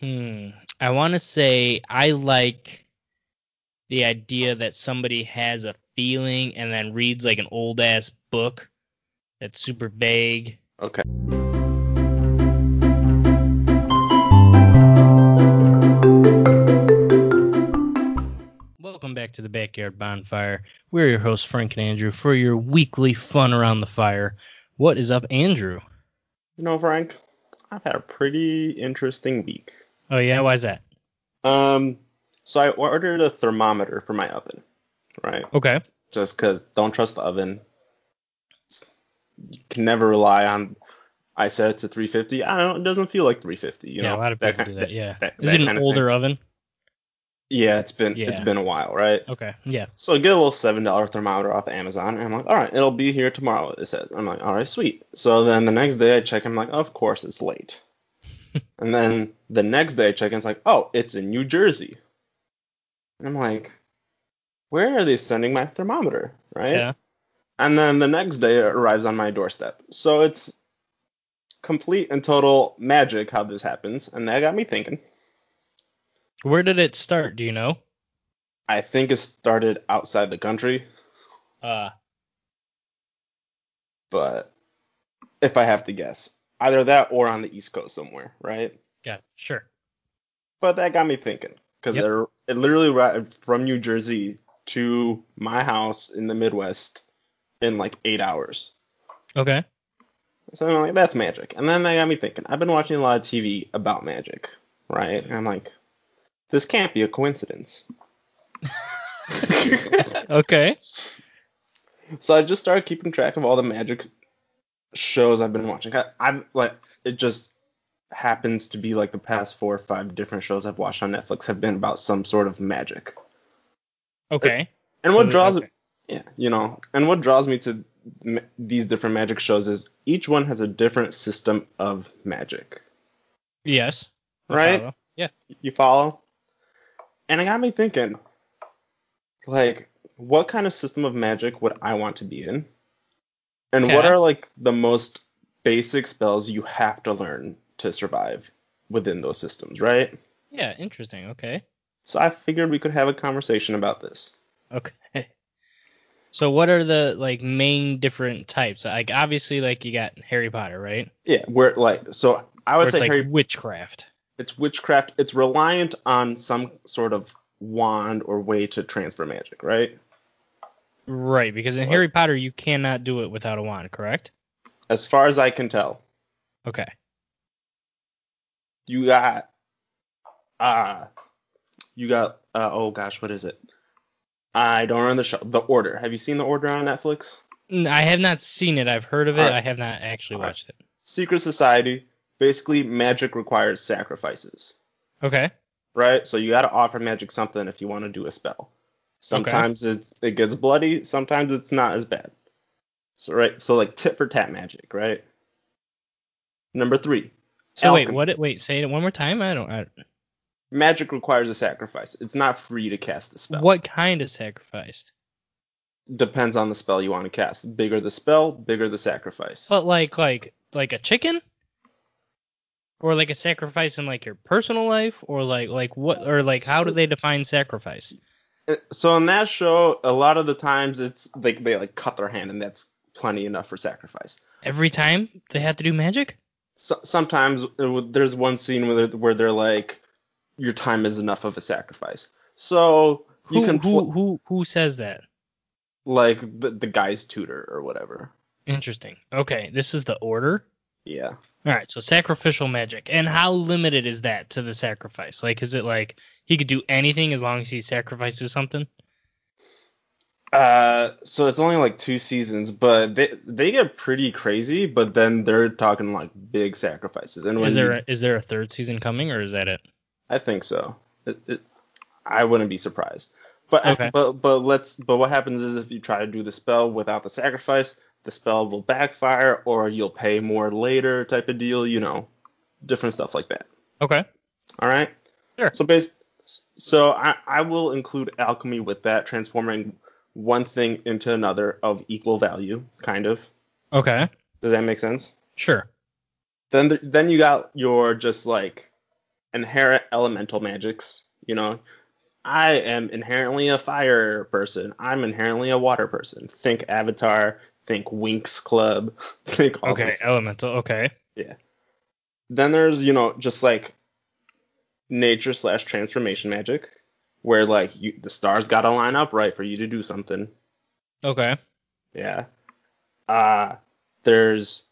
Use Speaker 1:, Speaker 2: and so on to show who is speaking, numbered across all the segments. Speaker 1: Hmm. I want to say I like the idea that somebody has a feeling and then reads like an old ass book that's super vague.
Speaker 2: Okay.
Speaker 1: Welcome back to the Backyard Bonfire. We're your hosts, Frank and Andrew, for your weekly fun around the fire. What is up, Andrew?
Speaker 2: You know, Frank, I've had a pretty interesting week.
Speaker 1: Oh, yeah, why is that?
Speaker 2: Um, so I ordered a thermometer for my oven, right?
Speaker 1: Okay.
Speaker 2: Just because don't trust the oven. You can never rely on. I said it's a 350. I don't. It doesn't feel like 350. You
Speaker 1: yeah,
Speaker 2: know,
Speaker 1: a lot of
Speaker 2: that
Speaker 1: people do
Speaker 2: kind-
Speaker 1: that, yeah.
Speaker 2: that-
Speaker 1: is
Speaker 2: that
Speaker 1: it an
Speaker 2: kind of
Speaker 1: older oven?
Speaker 2: Yeah, it's been it's
Speaker 1: Yeah.
Speaker 2: been a while, right?
Speaker 1: Okay, yeah.
Speaker 2: So I get a little seven dollar thermometer off Amazon, and I'm like, all right, it'll be here tomorrow. It says. I'm like, all right, sweet. So then the next day I check, I'm like, of course it's late. and then the next day I check, and it's like, oh, it's in New Jersey. And I'm like, where are they sending my thermometer, right?
Speaker 1: Yeah.
Speaker 2: And then the next day it arrives on my doorstep. So it's complete and total magic how this happens, and that got me thinking.
Speaker 1: Where did it start? Do you know?
Speaker 2: I think it started outside the country.
Speaker 1: Uh,
Speaker 2: but if I have to guess, either that or on the East Coast somewhere, right?
Speaker 1: got sure.
Speaker 2: But that got me thinking because
Speaker 1: Yep.
Speaker 2: they're it literally arrived from New Jersey to my house in the Midwest in like eight hours.
Speaker 1: Okay.
Speaker 2: So I'm like, that's magic. And then that got me thinking. I've been watching a lot of TV about magic, right? And I'm like, this can't be a coincidence.
Speaker 1: Okay.
Speaker 2: So I just started keeping track of all the magic shows I've been watching. I, I'm like, it just happens to be like the past four or five different shows I've watched on Netflix have been about some sort of magic.
Speaker 1: Okay.
Speaker 2: And what
Speaker 1: Hmm, Okay.
Speaker 2: draws, yeah, you know, and what draws me to ma- these different magic shows is each one has a different system of magic,
Speaker 1: Yes. I
Speaker 2: right?
Speaker 1: follow. Yeah.
Speaker 2: You follow? And it got me thinking, like, what kind of system of magic would I want to be in? And what
Speaker 1: Okay.
Speaker 2: are, like, the most basic spells you have to learn to survive within those systems, right?
Speaker 1: Yeah. Interesting. Okay.
Speaker 2: So I figured we could have a conversation about this.
Speaker 1: Okay. So what are the like main different types? Like obviously like you got Harry Potter, right?
Speaker 2: Yeah, where, like, so I
Speaker 1: Where
Speaker 2: would
Speaker 1: it's
Speaker 2: say
Speaker 1: like
Speaker 2: Harry,
Speaker 1: witchcraft.
Speaker 2: it's witchcraft, it's reliant on some sort of wand or way to transfer magic, right?
Speaker 1: Right, because in
Speaker 2: What?
Speaker 1: Harry Potter you cannot do it without a wand, correct?
Speaker 2: As far as I can tell.
Speaker 1: Okay.
Speaker 2: you got uh you got uh oh gosh what is it i don't remember the show the order have you seen the order on netflix
Speaker 1: N- I have not seen it. I've heard of it.
Speaker 2: Alright.
Speaker 1: I have not actually
Speaker 2: Alright.
Speaker 1: watched it.
Speaker 2: secret society basically magic requires sacrifices
Speaker 1: Okay.
Speaker 2: right so you got to offer magic something if you want to do a spell sometimes it's, it gets bloody sometimes it's not as bad so right so like tit for tat magic right number three
Speaker 1: So Oh, wait,
Speaker 2: Alchemy.
Speaker 1: what? it- Wait, say it one more time. I don't. I,
Speaker 2: magic requires a sacrifice it's not free to cast the spell
Speaker 1: what kind of sacrifice?
Speaker 2: depends on the spell you want to cast. The bigger the spell, bigger the sacrifice.
Speaker 1: But like like like a chicken? Or like a sacrifice in like your personal life or like like what or like how do they define sacrifice?
Speaker 2: Uh, So in that show, a lot of the times it's like they like cut their hand, and that's plenty enough for sacrifice.
Speaker 1: Every time they have to do magic?
Speaker 2: So, sometimes it would- there's one scene where they're, where they're like, "Your time is enough of a sacrifice." So you
Speaker 1: Who
Speaker 2: can
Speaker 1: who
Speaker 2: pl-
Speaker 1: who who says that?
Speaker 2: like the, the guy's tutor or whatever.
Speaker 1: Interesting. Okay, this is the order.
Speaker 2: Yeah.
Speaker 1: All right, so sacrificial magic. And how limited is that to the sacrifice? Like is it like he could do anything as long as he sacrifices something?
Speaker 2: Uh, so it's only like two seasons, but they they get pretty crazy. But then they're talking like big sacrifices. And when
Speaker 1: Is
Speaker 2: you-
Speaker 1: there a, is there a third season coming or is that it?
Speaker 2: I think so. It, it, I wouldn't be surprised. But
Speaker 1: Okay.
Speaker 2: but but let's but what happens is if you try to do the spell without the sacrifice, the spell will backfire or you'll pay more later type of deal, you know, different stuff like that.
Speaker 1: Okay.
Speaker 2: All right?
Speaker 1: Sure.
Speaker 2: So bas so I, I will include alchemy with that transforming one thing into another of equal value, kind of.
Speaker 1: Okay.
Speaker 2: Does that make sense?
Speaker 1: Sure.
Speaker 2: Then th- then you got your just like, inherent elemental magics. You know, I am inherently a fire person. I'm inherently a water person. Think Avatar. Think Winx Club. Think all
Speaker 1: Okay,
Speaker 2: these things.
Speaker 1: elemental. Okay.
Speaker 2: Then there's, you know, just like nature slash transformation magic, where like you, the stars gotta line up right for you to do something.
Speaker 1: Okay.
Speaker 2: Yeah. Uh, there's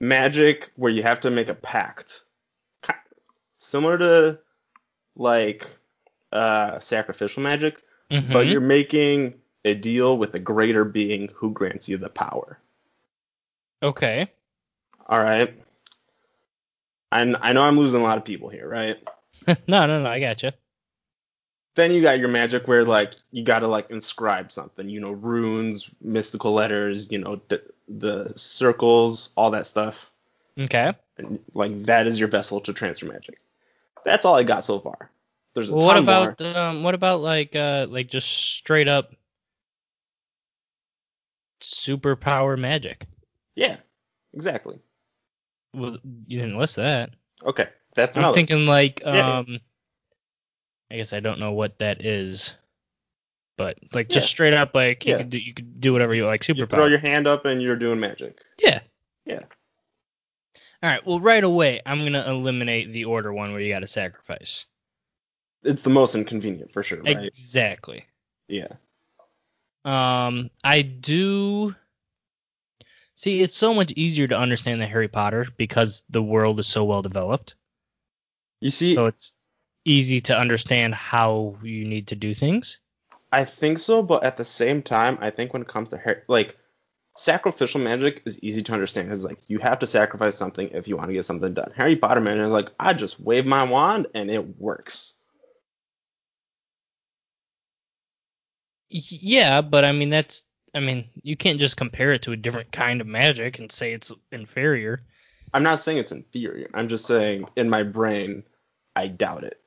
Speaker 2: magic where you have to make a pact, Ki- similar to like uh, sacrificial magic,
Speaker 1: Mhm.
Speaker 2: but you're making a deal with a greater being who grants you the power.
Speaker 1: okay.
Speaker 2: All right. I I know I'm losing a lot of people here, right?
Speaker 1: no, no, no. I gotcha.
Speaker 2: Then you got your magic where like you gotta like inscribe something, you know, runes, mystical letters, you know, the, the circles, all that stuff.
Speaker 1: Okay.
Speaker 2: And, like that is your vessel to transfer magic. That's all I got so far. There's a
Speaker 1: Well, what
Speaker 2: ton
Speaker 1: about
Speaker 2: more.
Speaker 1: um, what about like uh like just straight up superpower magic?
Speaker 2: Yeah, exactly.
Speaker 1: Well, you didn't list that.
Speaker 2: Okay, that's another.
Speaker 1: I'm thinking like
Speaker 2: Yeah.
Speaker 1: um I guess I don't know what that is. But like
Speaker 2: Yeah.
Speaker 1: just straight up like you
Speaker 2: Yeah.
Speaker 1: could do you could do whatever you like superpower.
Speaker 2: you throw your hand up and you're doing magic.
Speaker 1: Yeah.
Speaker 2: Yeah.
Speaker 1: All right, well right away I'm going to eliminate the order one where you got to sacrifice.
Speaker 2: It's the most inconvenient for sure, right?
Speaker 1: Exactly.
Speaker 2: yeah.
Speaker 1: Um, I do. See, it's so much easier to understand the Harry Potter because the world is so well developed.
Speaker 2: You see,
Speaker 1: so it's easy to understand how you need to do things.
Speaker 2: I think so, but at the same time, I think when it comes to hair, like sacrificial magic is easy to understand because like you have to sacrifice something if you want to get something done. Harry Potter magic is like I just wave my wand and it works.
Speaker 1: Y- Yeah, but I mean that's I mean you can't just compare it to a different kind of magic and say it's inferior.
Speaker 2: I'm not saying it's inferior. I'm just saying in my brain, I doubt it.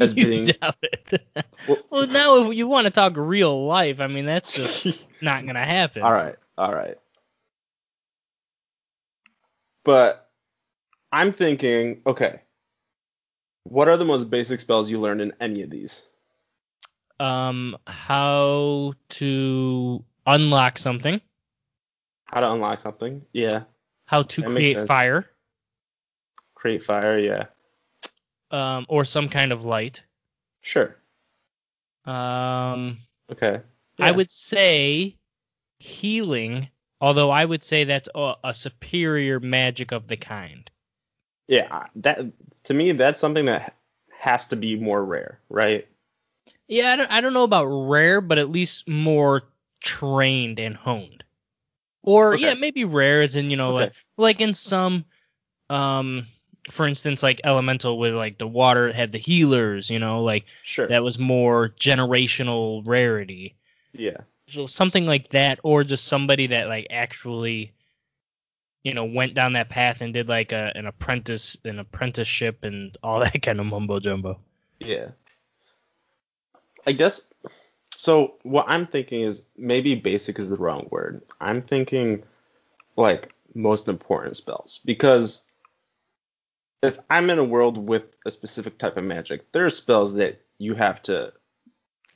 Speaker 2: As
Speaker 1: you
Speaker 2: being-
Speaker 1: doubt it.
Speaker 2: Well-
Speaker 1: well, now if you want to talk real life, I mean that's just not gonna happen.
Speaker 2: all right, all right. But I'm thinking, okay, what are the most basic spells you learned in any of these?
Speaker 1: Um, how to unlock something?
Speaker 2: How to unlock something? Yeah.
Speaker 1: How to
Speaker 2: That makes
Speaker 1: create
Speaker 2: sense.
Speaker 1: fire?
Speaker 2: create fire yeah
Speaker 1: um, or some kind of light.
Speaker 2: sure
Speaker 1: Um,
Speaker 2: okay
Speaker 1: I
Speaker 2: Yeah.
Speaker 1: would say healing, although I would say that's a, a superior magic of the kind.
Speaker 2: yeah I- that to me that's something that has to be more rare right
Speaker 1: Yeah, I don't, I don't know about rare, but at least more trained and honed. Or
Speaker 2: Okay.
Speaker 1: yeah, maybe rare as in you know
Speaker 2: Okay.
Speaker 1: like, like in some, um, for instance like elemental with like the water had the healers, you know like
Speaker 2: sure
Speaker 1: that was more generational rarity.
Speaker 2: yeah
Speaker 1: so something like that or just somebody that like actually you know went down that path and did like a, an apprentice an apprenticeship and all that kind of mumbo jumbo
Speaker 2: yeah i guess so what i'm thinking is maybe basic is the wrong word i'm thinking like most important spells because if i'm in a world with a specific type of magic there are spells that you have to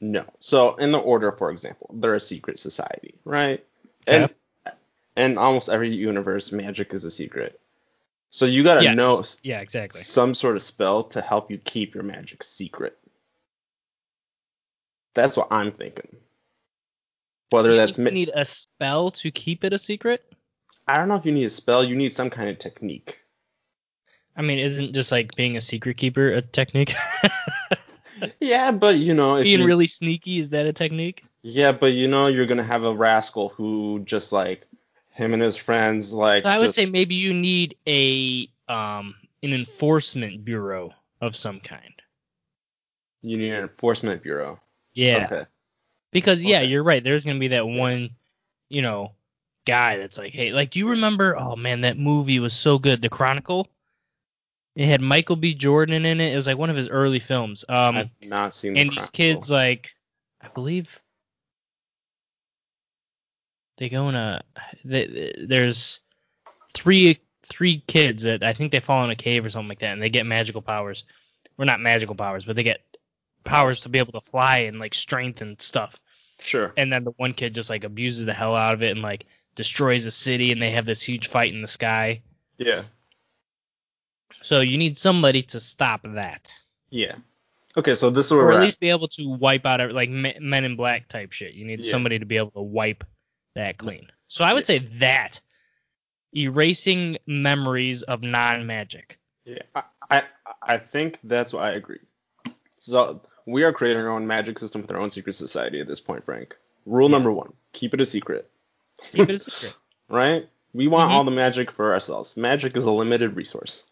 Speaker 2: know so in the order for example they're a secret society right and in almost every universe magic is a secret so you got to
Speaker 1: Yes.
Speaker 2: know
Speaker 1: yeah exactly
Speaker 2: some sort of spell to help you keep your magic secret that's what i'm thinking whether
Speaker 1: You
Speaker 2: that's
Speaker 1: think
Speaker 2: ma-
Speaker 1: you need a spell to keep it a secret
Speaker 2: i don't know if you need a spell you need some kind of technique
Speaker 1: i mean isn't just like being a secret keeper a technique
Speaker 2: Yeah, but you know, if
Speaker 1: being
Speaker 2: you,
Speaker 1: really sneaky is that a technique
Speaker 2: yeah, but you know, you're gonna have a rascal who just like him and his friends like.
Speaker 1: i would say
Speaker 2: just-
Speaker 1: maybe you need a um an enforcement bureau of some kind
Speaker 2: you need an enforcement bureau.
Speaker 1: yeah
Speaker 2: Okay.
Speaker 1: Because yeah,
Speaker 2: Okay.
Speaker 1: you're right. There's gonna be that one, you know, guy that's like, hey, like, do you remember? Oh man, that movie was so good, The Chronicle. It had Michael B. Jordan in it. It was like one of his early films. Um,
Speaker 2: I've not seen.
Speaker 1: and
Speaker 2: the
Speaker 1: these
Speaker 2: Chronicle.
Speaker 1: kids like, I believe they go in a. th th- there's three three kids that I think they fall in a cave or something like that, and they get magical powers. Well, not magical powers, but they get powers to be able to fly and like strength and stuff.
Speaker 2: Sure.
Speaker 1: And then the one kid just like abuses the hell out of it and like destroys a city, and they have this huge fight in the sky.
Speaker 2: Yeah.
Speaker 1: So you need somebody to stop that,
Speaker 2: Yeah. Okay, so this is where
Speaker 1: or
Speaker 2: we're
Speaker 1: at
Speaker 2: at.
Speaker 1: least be able to wipe out every, like Me- Men in Black type shit. You need
Speaker 2: Yeah.
Speaker 1: somebody to be able to wipe that clean. So I would say that erasing memories of non-magic.
Speaker 2: Yeah, I, I, I think that's why I agree. So we are creating our own magic system with our own secret society at this point, Frank. Rule number one: keep it a secret.
Speaker 1: Keep it a secret.
Speaker 2: Right? We want
Speaker 1: Mhm.
Speaker 2: all the magic for ourselves. Magic is a limited resource.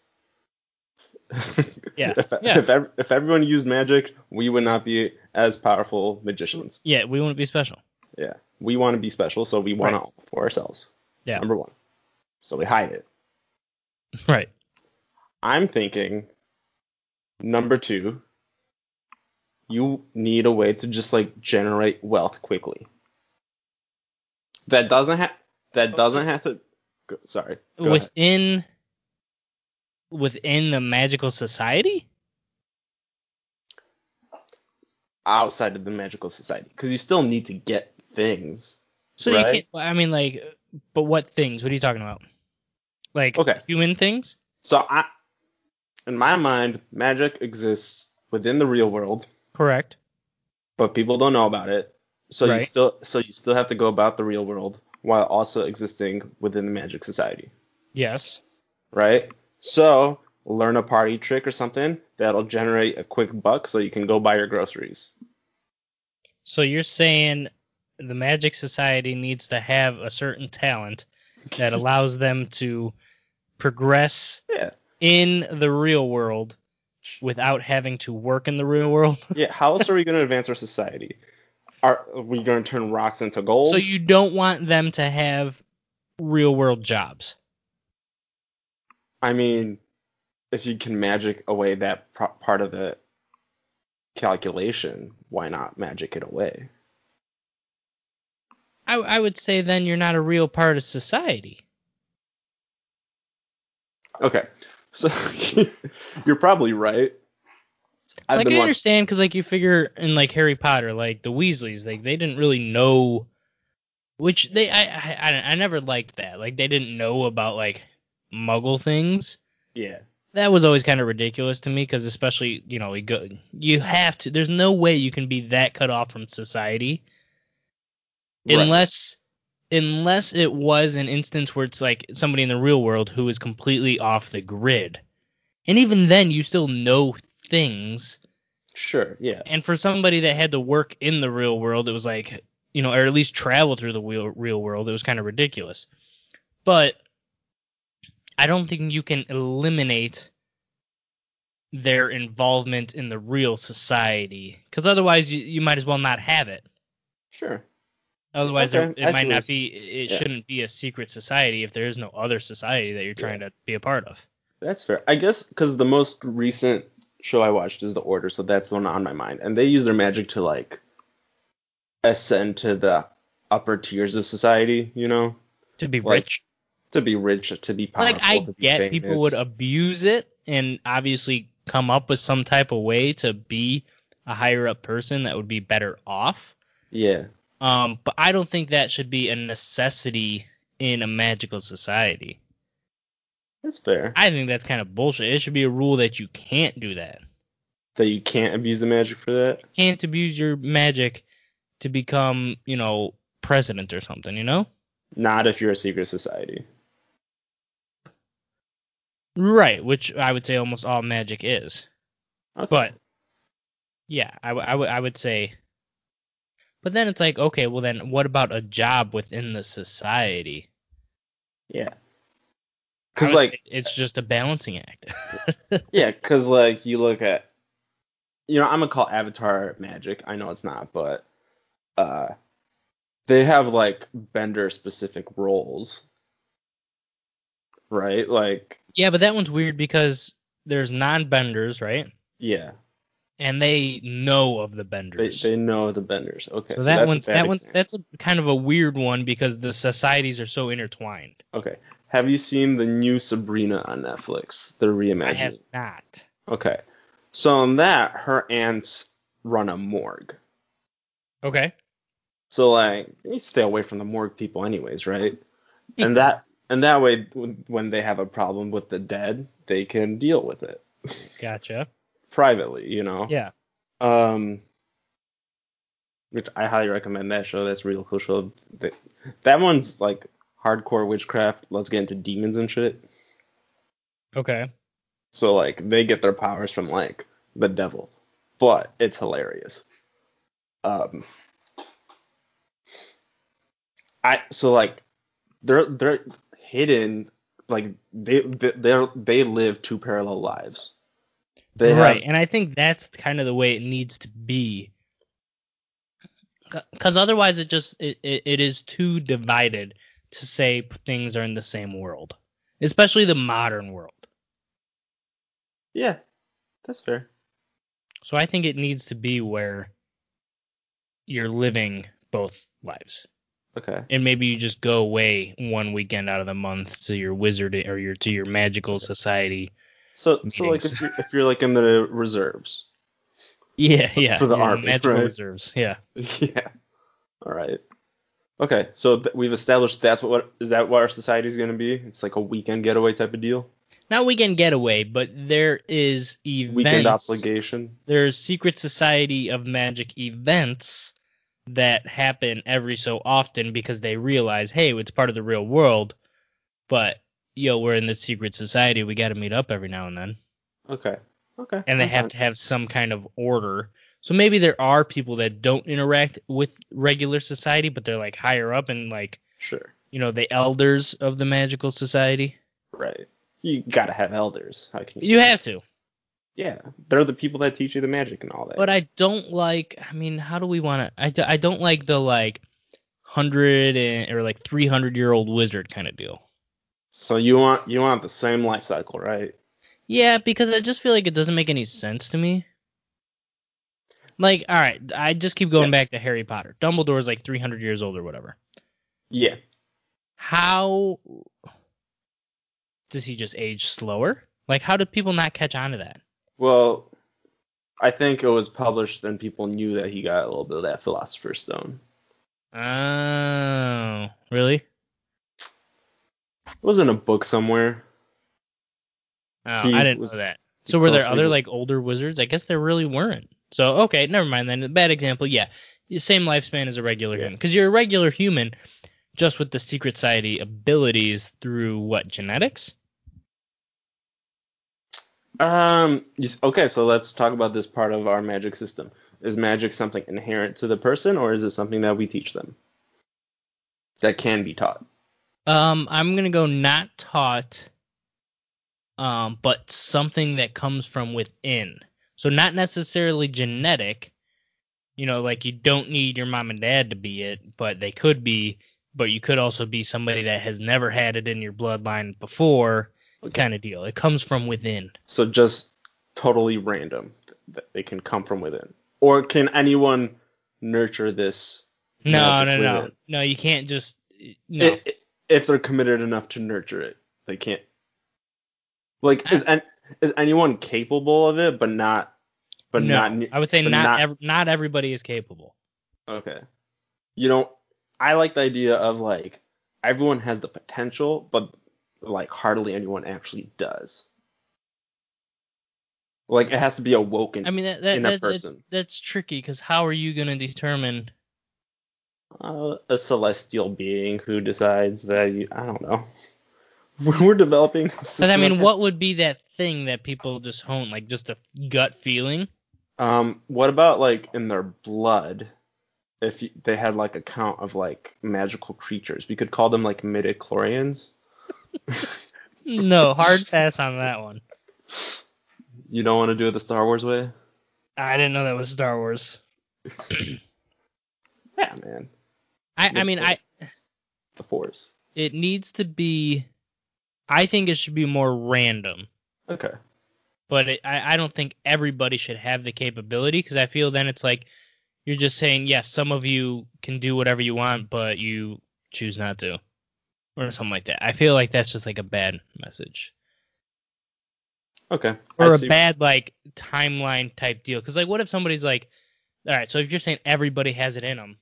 Speaker 1: Yeah,
Speaker 2: If,
Speaker 1: yeah.
Speaker 2: If, ev- if everyone used magic, we would not be as powerful magicians.
Speaker 1: Yeah, we want to be special.
Speaker 2: Yeah. We want to be special, so we want
Speaker 1: Right.
Speaker 2: it for ourselves.
Speaker 1: Yeah.
Speaker 2: Number one. So we hide it.
Speaker 1: Right.
Speaker 2: I'm thinking number two, you need a way to just like generate wealth quickly. That doesn't have that doesn't have to go, sorry. Go ahead.
Speaker 1: within within the magical society?
Speaker 2: outside of the magical society because you still need to get things.
Speaker 1: So you
Speaker 2: Right.
Speaker 1: can't well, I mean like but what things? What are you talking about? Like
Speaker 2: Okay.
Speaker 1: human things?
Speaker 2: So I in my mind, magic exists within the real world,
Speaker 1: Correct.
Speaker 2: but people don't know about it. So you
Speaker 1: Right.
Speaker 2: still so you still have to go about the real world while also existing within the magic society.
Speaker 1: Yes.
Speaker 2: right? So learn a party trick or something that'll generate a quick buck so you can go buy your groceries.
Speaker 1: So you're saying the magic society needs to have a certain talent that allows them to progress
Speaker 2: Yeah.
Speaker 1: in the real world without having to work in the real world.
Speaker 2: Yeah. How else are we going to advance our society? Are, are we going to turn rocks into gold?
Speaker 1: So you don't want them to have real world jobs.
Speaker 2: I mean, if you can magic away that pro- part of the calculation, why not magic it away?
Speaker 1: I, I would say then you're not a real part of society.
Speaker 2: Okay. So you're probably right. I've
Speaker 1: like
Speaker 2: been
Speaker 1: I
Speaker 2: watching.
Speaker 1: understand because like you figure in like Harry Potter, like the Weasleys, like they didn't really know, which they I I, I, don't- I never liked that. Like they didn't know about like Muggle things.
Speaker 2: Yeah.
Speaker 1: That was always kind of ridiculous to me because especially you know you go you have to. There's no way you can be that cut off from society
Speaker 2: Right.
Speaker 1: unless unless it was an instance where it's like somebody in the real world who is completely off the grid. And even then you still know things.
Speaker 2: Sure. Yeah.
Speaker 1: And for somebody that had to work in the real world, it was like, you know, or at least travel through the real, real world, it was kind of ridiculous. But I don't think you can eliminate their involvement in the real society because otherwise you, you might as well not have it.
Speaker 2: Sure.
Speaker 1: Otherwise,
Speaker 2: Okay,
Speaker 1: there, it
Speaker 2: I see
Speaker 1: might
Speaker 2: what
Speaker 1: not be. It
Speaker 2: yeah.
Speaker 1: shouldn't be a secret society if there is no other society that you're trying to be a part of.
Speaker 2: That's fair. I guess because the most recent show I watched is The Order, so that's the one on my mind. And they use their magic to like ascend to the upper tiers of society, you know,
Speaker 1: To be
Speaker 2: Like,
Speaker 1: rich,
Speaker 2: to be rich, to be powerful,
Speaker 1: like I
Speaker 2: to be
Speaker 1: get
Speaker 2: famous.
Speaker 1: people would abuse it and obviously come up with some type of way to be a higher up person that would be better off.
Speaker 2: yeah,
Speaker 1: Um, but I don't think that should be a necessity in a magical society.
Speaker 2: that's fair.
Speaker 1: I think that's kind of bullshit. It should be a rule that you can't do that.
Speaker 2: that you can't abuse the magic for that.
Speaker 1: You can't abuse your magic to become, you know, president or something. You know.
Speaker 2: Not if you're a secret society.
Speaker 1: Right, which I would say almost all magic is.
Speaker 2: Okay.
Speaker 1: But yeah, I w- I would- I would say. But then it's like, okay, well then, what about a job within the society? I
Speaker 2: yeah, because
Speaker 1: would
Speaker 2: like
Speaker 1: say it's just a balancing act.
Speaker 2: yeah, because like you look at, you know, I'm gonna call Avatar magic. I know it's not, but uh, they have like bender specific roles, right? Like
Speaker 1: yeah, but that one's weird because there's non-benders, right?
Speaker 2: yeah,
Speaker 1: and they know of the
Speaker 2: They,
Speaker 1: Benders.
Speaker 2: they know the benders. Okay.
Speaker 1: so that
Speaker 2: that's a
Speaker 1: one's
Speaker 2: bad
Speaker 1: that one's
Speaker 2: example.
Speaker 1: that's a, kind of a weird one because the societies are so intertwined.
Speaker 2: Okay. Have you seen the new Sabrina on Netflix? The reimagining.
Speaker 1: I have not.
Speaker 2: Okay. So in that, her aunts run a morgue.
Speaker 1: Okay.
Speaker 2: So like, you stay away from the morgue people, anyways, right? and that and that way, when when they have a problem with the dead, they can deal with it
Speaker 1: Gotcha.
Speaker 2: privately, you know.
Speaker 1: Yeah.
Speaker 2: Um, which I highly recommend that show. That's real cool show. That, that one's like hardcore witchcraft. Let's get into demons and shit.
Speaker 1: Okay.
Speaker 2: So like they get their powers from like the devil, but it's hilarious. Um, I so like they're they're hidden like they they they're- they live two parallel lives. They
Speaker 1: right.
Speaker 2: have,
Speaker 1: And I think that's kind of the way it needs to be. Because otherwise, it just it, it, it is too divided to say p- things are in the same world, especially the modern world.
Speaker 2: yeah, that's fair.
Speaker 1: So I think it needs to be where you're living both lives.
Speaker 2: Okay.
Speaker 1: and maybe you just go away one weekend out of the month to your wizard or your to your magical society.
Speaker 2: So so like
Speaker 1: Meetings.
Speaker 2: if you're, if you're like in the reserves.
Speaker 1: Yeah, yeah.
Speaker 2: For the
Speaker 1: yeah,
Speaker 2: army,
Speaker 1: magical
Speaker 2: right?
Speaker 1: reserves. Yeah.
Speaker 2: yeah. All right. Okay, so th- we've established that's what, what is that what our society is going to be? It's like a weekend getaway type of deal.
Speaker 1: Not weekend getaway, but there is events.
Speaker 2: Weekend obligation.
Speaker 1: There's secret society of magic events that happen every so often because they realize, hey, it's part of the real world, but yo, we're in this secret society. We got to meet up every now and then.
Speaker 2: Okay. Okay.
Speaker 1: and they
Speaker 2: I'm
Speaker 1: have
Speaker 2: fine.
Speaker 1: to have some kind of order. So maybe there are people that don't interact with regular society, but they're like higher up and like
Speaker 2: Sure.
Speaker 1: you know the elders of the magical society.
Speaker 2: Right. You gotta have elders. How can you?
Speaker 1: You have to,
Speaker 2: Yeah, they're the people that teach you the magic and all that.
Speaker 1: but I don't like. I mean, how do we want to? I, do- I don't like the like hundred and or like three hundred year old wizard kind of deal.
Speaker 2: so you want you want the same life cycle, right?
Speaker 1: Yeah, because I just feel like it doesn't make any sense to me. Like, all right, I just keep going
Speaker 2: Yeah.
Speaker 1: back to Harry Potter. Dumbledore's like three hundred years old or whatever.
Speaker 2: Yeah.
Speaker 1: how does he just age slower? Like, how did people not catch on to that?
Speaker 2: Well, I think it was published and people knew that he got a little bit of that philosopher's stone.
Speaker 1: Oh, really?
Speaker 2: It was in a book somewhere.
Speaker 1: Oh,
Speaker 2: He
Speaker 1: I didn't
Speaker 2: was-
Speaker 1: know that. So were there
Speaker 2: fell
Speaker 1: other like
Speaker 2: asleep.
Speaker 1: older wizards? I guess there really weren't. So okay, never mind then. Bad example. Yeah, the same lifespan as a regular
Speaker 2: Yeah.
Speaker 1: human because you're a regular human just with the secret society abilities through what genetics?
Speaker 2: Um. you s- Okay, so let's talk about this part of our magic system. Is magic something inherent to the person, or is it something that we teach them? That can be taught.
Speaker 1: Um, I'm gonna go not taught, um, but something that comes from within. So not necessarily genetic. You know, like you don't need your mom and dad to be it, but they could be. But you could also be somebody that has never had it in your bloodline before, kind of deal. It comes from within.
Speaker 2: So just totally random. Th- They can come from within. Or can anyone nurture this?
Speaker 1: No,
Speaker 2: Magic
Speaker 1: no, no,
Speaker 2: within.
Speaker 1: no. You can't just no.
Speaker 2: i- i- If they're committed enough to nurture it, they can't. Like, is an, is anyone capable of it, but not, but
Speaker 1: no.
Speaker 2: not ne-
Speaker 1: I would say
Speaker 2: but
Speaker 1: not.
Speaker 2: not-
Speaker 1: ev- not everybody is capable.
Speaker 2: Okay. You know, I like the idea of like everyone has the potential, but like hardly anyone actually does. Like it has to be awoken.
Speaker 1: I mean, that, that,
Speaker 2: in a
Speaker 1: that- that-
Speaker 2: person.
Speaker 1: that's tricky because how are you gonna determine?
Speaker 2: uh, a celestial being who decides that you, I don't know. We're developing.
Speaker 1: Because I mean, what would be that thing that people just hone, like just a gut feeling?
Speaker 2: Um, what about like in their blood? If you, they had like a count of like magical creatures, we could call them like midichlorians.
Speaker 1: No, hard pass on that one.
Speaker 2: You don't want to do it the Star Wars way.
Speaker 1: I didn't know that was Star Wars.
Speaker 2: Yeah, Ah, man.
Speaker 1: I, I mean, I
Speaker 2: The Force.
Speaker 1: it needs to be. I think it should be more random.
Speaker 2: Okay.
Speaker 1: but it, I, I don't think everybody should have the capability because I feel then it's like you're just saying yes, some of you can do whatever you want, but you choose not to, or something like that. I feel like that's just like a bad message
Speaker 2: Okay. I
Speaker 1: or a
Speaker 2: see.
Speaker 1: bad like timeline type deal. Because like, what if somebody's like, all right, so if you're saying everybody has it in them,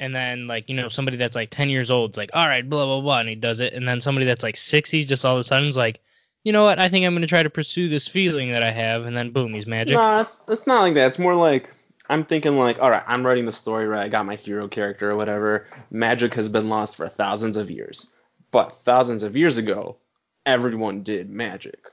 Speaker 1: and then like you know somebody that's like 10 years old's like, all right, blah blah blah, and he does it, and then somebody that's like 60s just all of a sudden's like, you know what, I think I'm gonna try to pursue this feeling that I have, and then boom, he's magic.
Speaker 2: No, it's, it's not like that. It's more like I'm thinking like, all right, I'm writing the story right. I got my hero character or whatever. Magic has been lost for thousands of years, but thousands of years ago, everyone did magic.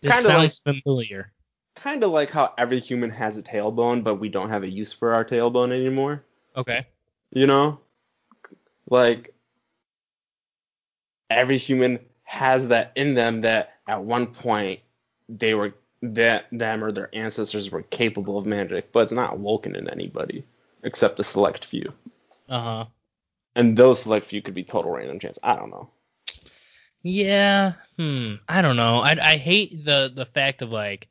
Speaker 1: this
Speaker 2: kinda
Speaker 1: sounds familiar.
Speaker 2: Kind of like how every human has a tailbone, but we don't have a use for our tailbone anymore.
Speaker 1: Okay.
Speaker 2: You know, like every human has that in them that at one point they were that them or their ancestors were capable of magic, but it's not woken in anybody except a select few.
Speaker 1: Uh huh.
Speaker 2: And those select few could be total random chance. I don't know.
Speaker 1: Yeah. Hmm. I don't know. I I hate the the fact of like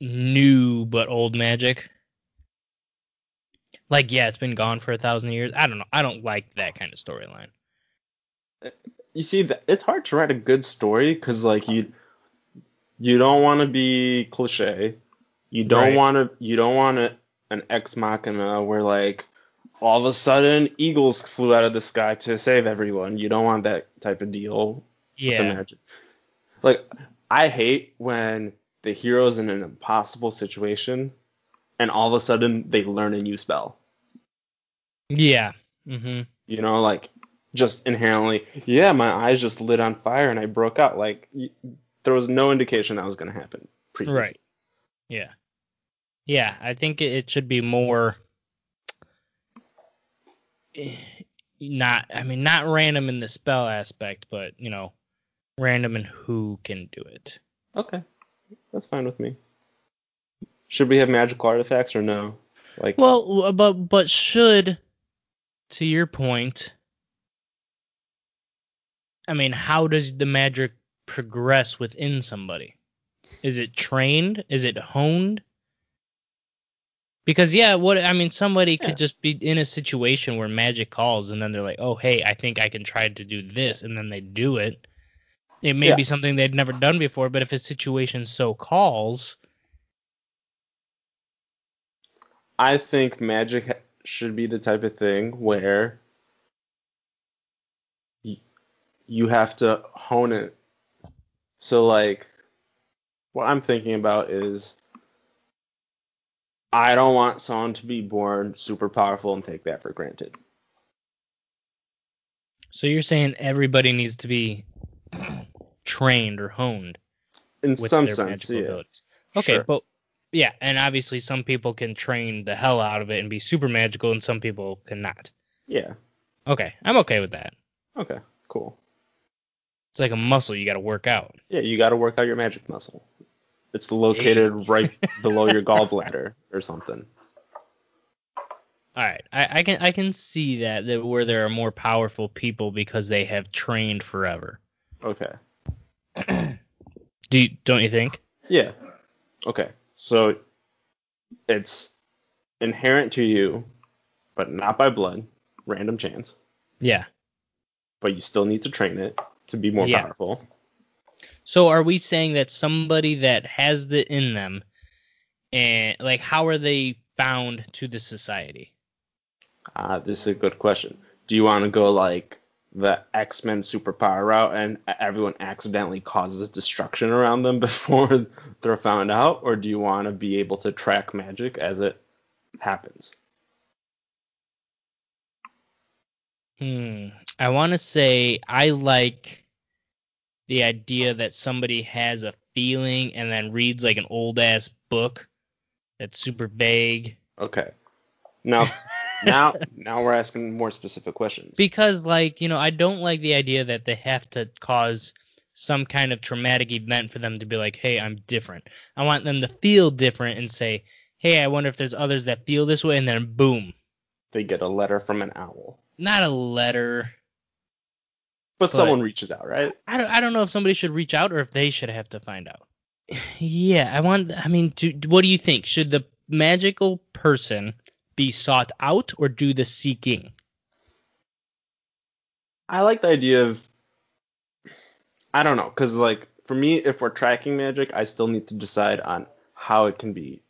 Speaker 1: new but old magic. Like yeah, it's been gone for a thousand years. I don't know. I don't like that kind of storyline.
Speaker 2: You see, th- it's hard to write a good story because like you you don't want to be cliche. You don't
Speaker 1: Right.
Speaker 2: want to you don't want to an ex machina where like all of a sudden eagles flew out of the sky to save everyone. You don't want that type of deal. with the
Speaker 1: Yeah.
Speaker 2: magic. Like I hate when the hero's in an impossible situation and all of a sudden they learn a new spell.
Speaker 1: Yeah. Mhm.
Speaker 2: You know, like just inherently, yeah, my eyes just lit on fire and I broke out. Like y- there was no indication that was going to happen. Previously.
Speaker 1: Right. Yeah. Yeah. I think it, it should be more. eh, Not. I mean, not random in the spell aspect, but you know, random in who can do it.
Speaker 2: Okay, that's fine with me. Should we have magical artifacts or no? Like,
Speaker 1: Well, w- uh, but but should, to your point, I mean, how does the magic progress within somebody? Is it trained? Is it honed? Because yeah, what I mean, somebody
Speaker 2: Yeah.
Speaker 1: could just be in a situation where magic calls, and then they're like, "Oh, hey, I think I can try to do this," and then they do it. It may
Speaker 2: Yeah.
Speaker 1: be something they've never done before, but if a situation so calls,
Speaker 2: I think magic ha- should be the type of thing where y- you have to hone it. So, like, what I'm thinking about is I don't want someone to be born super powerful and take that for granted.
Speaker 1: So you're saying everybody needs to be trained or honed
Speaker 2: In
Speaker 1: with
Speaker 2: some
Speaker 1: their
Speaker 2: sense,
Speaker 1: magical
Speaker 2: yeah.
Speaker 1: abilities. Okay,
Speaker 2: Sure.
Speaker 1: but yeah, and obviously some people can train the hell out of it and be super magical, and some people cannot.
Speaker 2: Yeah.
Speaker 1: Okay, I'm okay with that.
Speaker 2: Okay. Cool.
Speaker 1: It's like a muscle you got to work out.
Speaker 2: Yeah, you got to work out your magic muscle. It's located right below your gallbladder or something.
Speaker 1: All right, I, I can I can see that that where there are more powerful people because they have trained forever.
Speaker 2: Okay.
Speaker 1: Do you, don't you think?
Speaker 2: Yeah. Okay. So it's inherent to you, but not by blood, random chance,
Speaker 1: Yeah.
Speaker 2: but you still need to train it to be more
Speaker 1: Yeah.
Speaker 2: powerful.
Speaker 1: So are we saying that somebody that has the in them and like how are they bound to the society?
Speaker 2: Uh, this is a good question. Do you want to go like the X Men superpower route and everyone accidentally causes destruction around them before they're found out? Or do you want to be able to track magic as it happens?
Speaker 1: Hmm. I want to say I like the idea that somebody has a feeling and then reads like an old ass book that's super vague
Speaker 2: Okay. Now, now, now we're asking more specific questions.
Speaker 1: because like, you know, I don't like the idea that they have to cause some kind of traumatic event for them to be like, "Hey, I'm different." I want them to feel different and say, "Hey, I wonder if there's others that feel this way," and then boom,
Speaker 2: they get a letter from an owl.
Speaker 1: not a letter.
Speaker 2: but someone reaches out, right?
Speaker 1: I don't, I don't know if somebody should reach out or if they should have to find out. Yeah, I want. I mean, do, what do you think? Should the magical person be sought out or do the seeking?
Speaker 2: I like the idea of I don't know, because like for me, if we're tracking magic, I still need to decide on how it can be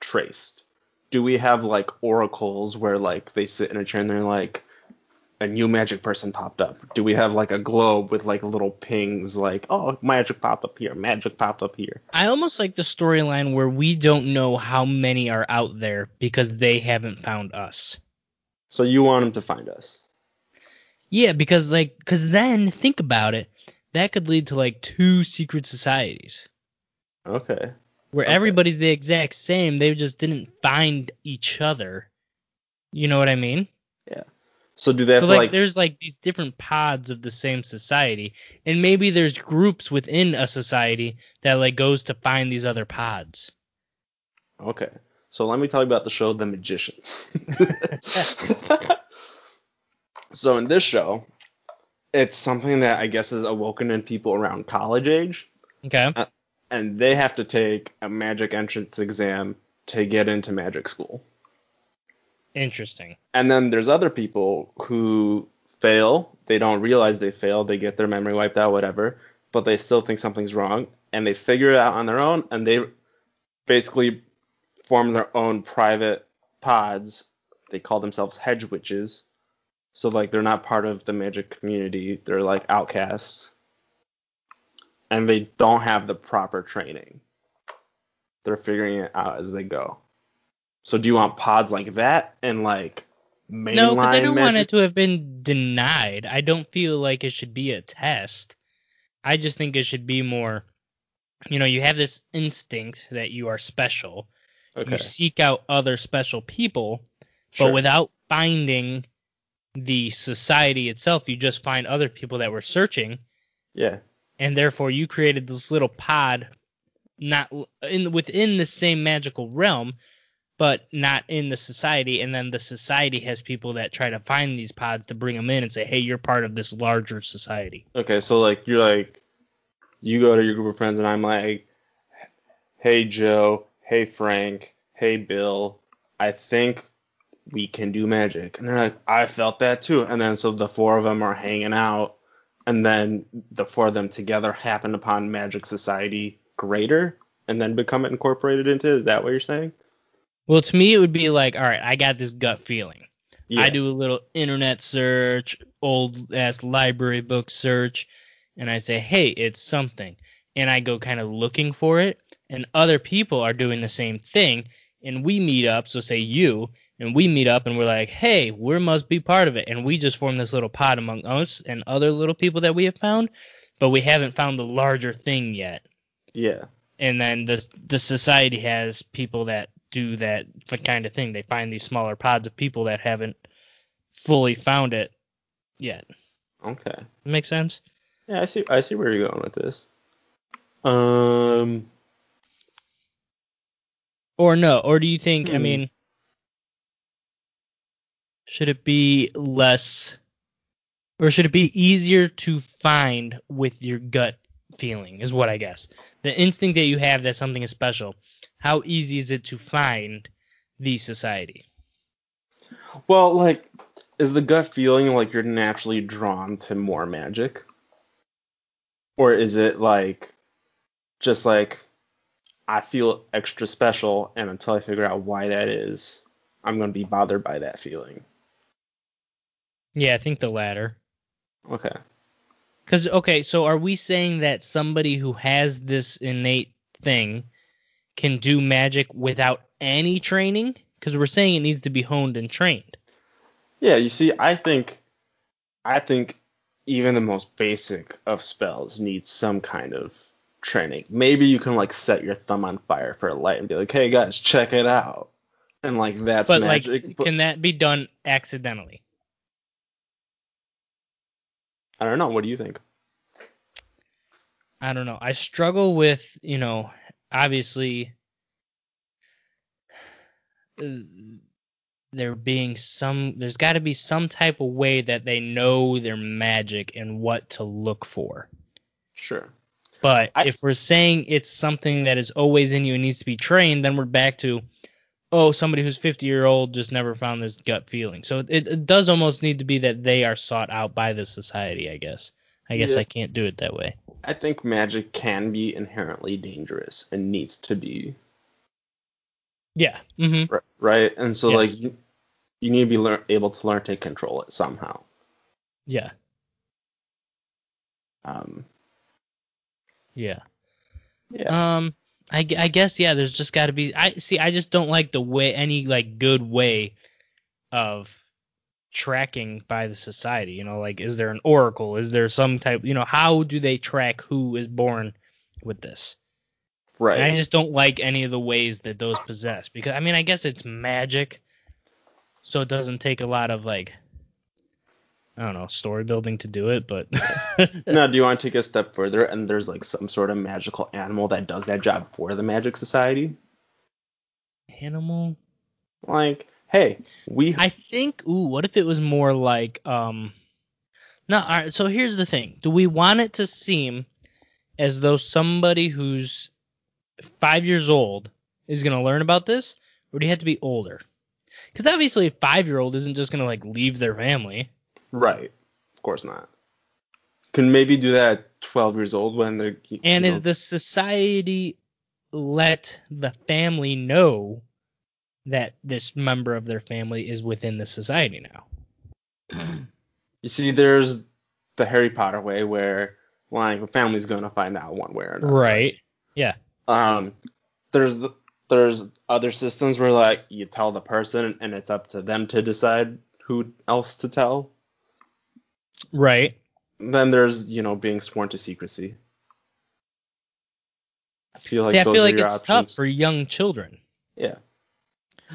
Speaker 2: traced. Do we have like oracles where like they sit in a chair and they're like a new magic person popped up? Do we have like a globe with like little pings like oh magic popped up here, magic popped up here?
Speaker 1: I almost like the storyline where we don't know how many are out there because they haven't found us.
Speaker 2: So you want them to find us?
Speaker 1: Yeah, because like, because then think about it, that could lead to like two secret societies
Speaker 2: Okay.
Speaker 1: where
Speaker 2: Okay.
Speaker 1: everybody's the exact same. They just didn't find each other. You know what I mean?
Speaker 2: So do they have
Speaker 1: So
Speaker 2: to
Speaker 1: like,
Speaker 2: like
Speaker 1: there's like these different pods of the same society, and maybe there's groups within a society that like goes to find these other pods.
Speaker 2: Okay. So let me tell you about the show The Magicians. so in this show, it's something that I guess is awoken in people around college age,
Speaker 1: Okay.
Speaker 2: and they have to take a magic entrance exam to get into magic school.
Speaker 1: Interesting.
Speaker 2: And then there's other people who fail, they don't realize they fail, they get their memory wiped out, whatever, but they still think something's wrong, and they figure it out on their own, and they basically form their own private pods. They call themselves hedge witches. So like they're not part of the magic community, they're like outcasts. And they don't have the proper training. They're figuring it out as they go. So do you want pods like that and like mainline
Speaker 1: No, because I don't want it
Speaker 2: magic?
Speaker 1: to have been denied. I don't feel like it should be a test. I just think it should be more. You know, you have this instinct that you are special.
Speaker 2: okay.
Speaker 1: You seek out other special people,
Speaker 2: sure.
Speaker 1: but without finding the society itself, you just find other people that were searching,
Speaker 2: yeah.
Speaker 1: and therefore you created this little pod, not l- in within the same magical realm, but not in the society. And then the society has people that try to find these pods to bring them in and say, "Hey, you're part of this larger society."
Speaker 2: Okay, so like you're like you go to your group of friends and I'm like, "Hey Joe, hey Frank, hey Bill, I think we can do magic." And they're like, "I felt that too." And then so the four of them are hanging out and then the four of them together happen upon Magic Society Greater and then become incorporated into. Is that what you're saying?
Speaker 1: Well, to me, it would be like, all right, I got this gut feeling.
Speaker 2: Yeah.
Speaker 1: I do a little internet search, old ass library book search, and I say, hey, it's something. And I go kind of looking for it, and other people are doing the same thing. And we meet up, so say you, and we meet up and we're like, hey, we must be part of it. And we just form this little pod among us and other little people that we have found, but we haven't found the larger thing yet
Speaker 2: Yeah.
Speaker 1: and then the the society has people that do that f- kind of thing. They find these smaller pods of people that haven't fully found it yet.
Speaker 2: Okay.
Speaker 1: Make sense?
Speaker 2: Yeah, I see I see where you're going with this. Um
Speaker 1: Or no? Or do you think? I
Speaker 2: Hmm.
Speaker 1: mean, should it be less, or should it be easier to find with your gut feeling? Is what I guess the instinct that you have that something is special. How easy is it to find the society?
Speaker 2: Well, like, is the gut feeling like you're naturally drawn to more magic? Or is it like just like I feel extra special and until I figure out why that is, I'm gonna be bothered by that feeling.
Speaker 1: Yeah, I think the latter.
Speaker 2: Okay.
Speaker 1: Because okay, so are we saying that somebody who has this innate thing can do magic without any training? Because we're saying it needs to be honed and trained.
Speaker 2: Yeah, you see, I think I think even the most basic of spells needs some kind of training. Maybe you can like set your thumb on fire for a light and be like, hey guys, check it out. And like that's
Speaker 1: but
Speaker 2: magic.
Speaker 1: like,
Speaker 2: but-
Speaker 1: can that be done accidentally?
Speaker 2: I don't know, what do you think?
Speaker 1: I don't know. I struggle with, you know, obviously uh, there being some there's got to be some type of way that they know their magic and what to look for.
Speaker 2: Sure.
Speaker 1: But
Speaker 2: I-
Speaker 1: if we're saying it's something that is always in you and needs to be trained, then we're back to oh, somebody who's 50 year old just never found this gut feeling. So it, it does almost need to be that they are sought out by the society, I guess. I guess
Speaker 2: Yeah.
Speaker 1: I can't do it that way.
Speaker 2: I think magic can be inherently dangerous and needs to be
Speaker 1: Yeah. hmm
Speaker 2: ri- right. And so
Speaker 1: Yeah.
Speaker 2: like you, you need to be lear- able to learn to control it somehow.
Speaker 1: Yeah.
Speaker 2: Um,
Speaker 1: Yeah.
Speaker 2: yeah.
Speaker 1: Um, I, gu- I guess yeah. There's just got to be. I see. I just don't like the way any like good way of tracking by the society. You know, like is there an oracle? Is there some type? You know, how do they track who is born with this?
Speaker 2: right.
Speaker 1: And I just don't like any of the ways that those possess because I mean, I guess it's magic, so it doesn't take a lot of like. I don't know, story building to do it, but
Speaker 2: Now, do you want to take a step further and there's like some sort of magical animal that does that job for the magic society?
Speaker 1: animal
Speaker 2: Like, hey, we
Speaker 1: I think. Ooh, what if it was more like um. No, all right. So here's the thing: Do we want it to seem as though somebody who's five years old is gonna learn about this, or do you have to be older? Because obviously, a five year old isn't just gonna like leave their family.
Speaker 2: right, of course not. Can maybe do that at 12 years old when they're you
Speaker 1: And
Speaker 2: know,
Speaker 1: is the society let the family know that this member of their family is within the society now?
Speaker 2: you see there's the Harry Potter way where like the family's gonna find out one way or another.
Speaker 1: Right.
Speaker 2: Um, there's the, there's other systems where like you tell the person and it's up to them to decide who else to tell.
Speaker 1: Right.
Speaker 2: Then there's you know being sworn to secrecy. I feel like
Speaker 1: See, I
Speaker 2: those
Speaker 1: feel
Speaker 2: are
Speaker 1: like
Speaker 2: your
Speaker 1: it's tough
Speaker 2: options.
Speaker 1: for young children.
Speaker 2: yeah,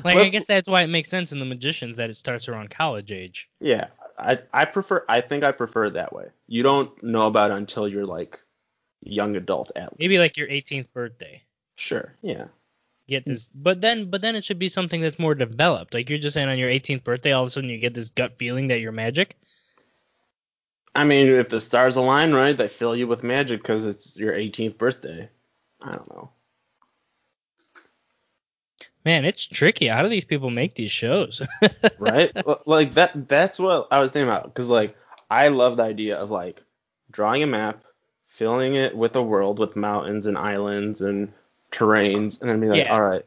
Speaker 1: Like I
Speaker 2: Well,
Speaker 1: guess that's why it makes sense in the magicians that it starts around college age.
Speaker 2: yeah. I I prefer I think I prefer it that way. You don't know about it until you're like young adult at
Speaker 1: Maybe like
Speaker 2: least.
Speaker 1: your 18th birthday.
Speaker 2: sure yeah
Speaker 1: Get this,
Speaker 2: Hmm.
Speaker 1: but then but then it should be something that's more developed. Like you're just saying on your 18th birthday, all of a sudden you get this gut feeling that you're magic.
Speaker 2: I mean, if the stars align, right, they fill you with magic because it's your 18th birthday. I don't know.
Speaker 1: Man, it's tricky. How do these people make these shows?
Speaker 2: Right? L- like, that. that's what I was thinking about. Because, like, I love the idea of, like, drawing a map, filling it with a world with mountains and islands and terrains, and then be like,
Speaker 1: Yeah.
Speaker 2: all right,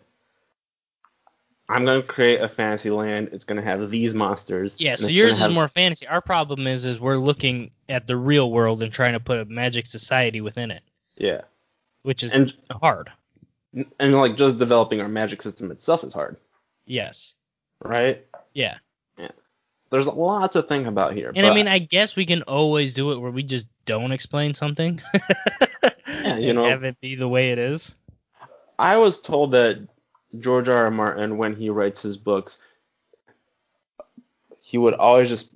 Speaker 2: I'm going to create a fantasy land. It's going to have these monsters.
Speaker 1: yeah,
Speaker 2: and
Speaker 1: so
Speaker 2: it's
Speaker 1: yours
Speaker 2: gonna have-
Speaker 1: is more fantasy. Our problem is is we're looking at the real world and trying to put a magic society within it,
Speaker 2: Yeah.
Speaker 1: which is
Speaker 2: And,
Speaker 1: hard.
Speaker 2: and, like, just developing our magic system itself is hard,
Speaker 1: Yes.
Speaker 2: right?
Speaker 1: Yeah.
Speaker 2: There's lots to think about here.
Speaker 1: And
Speaker 2: but
Speaker 1: I mean, I guess we can always do it where we just don't explain something. yeah,
Speaker 2: you know.
Speaker 1: Have it be the way it is.
Speaker 2: I was told that George R. R. Martin, when he writes his books, he would always just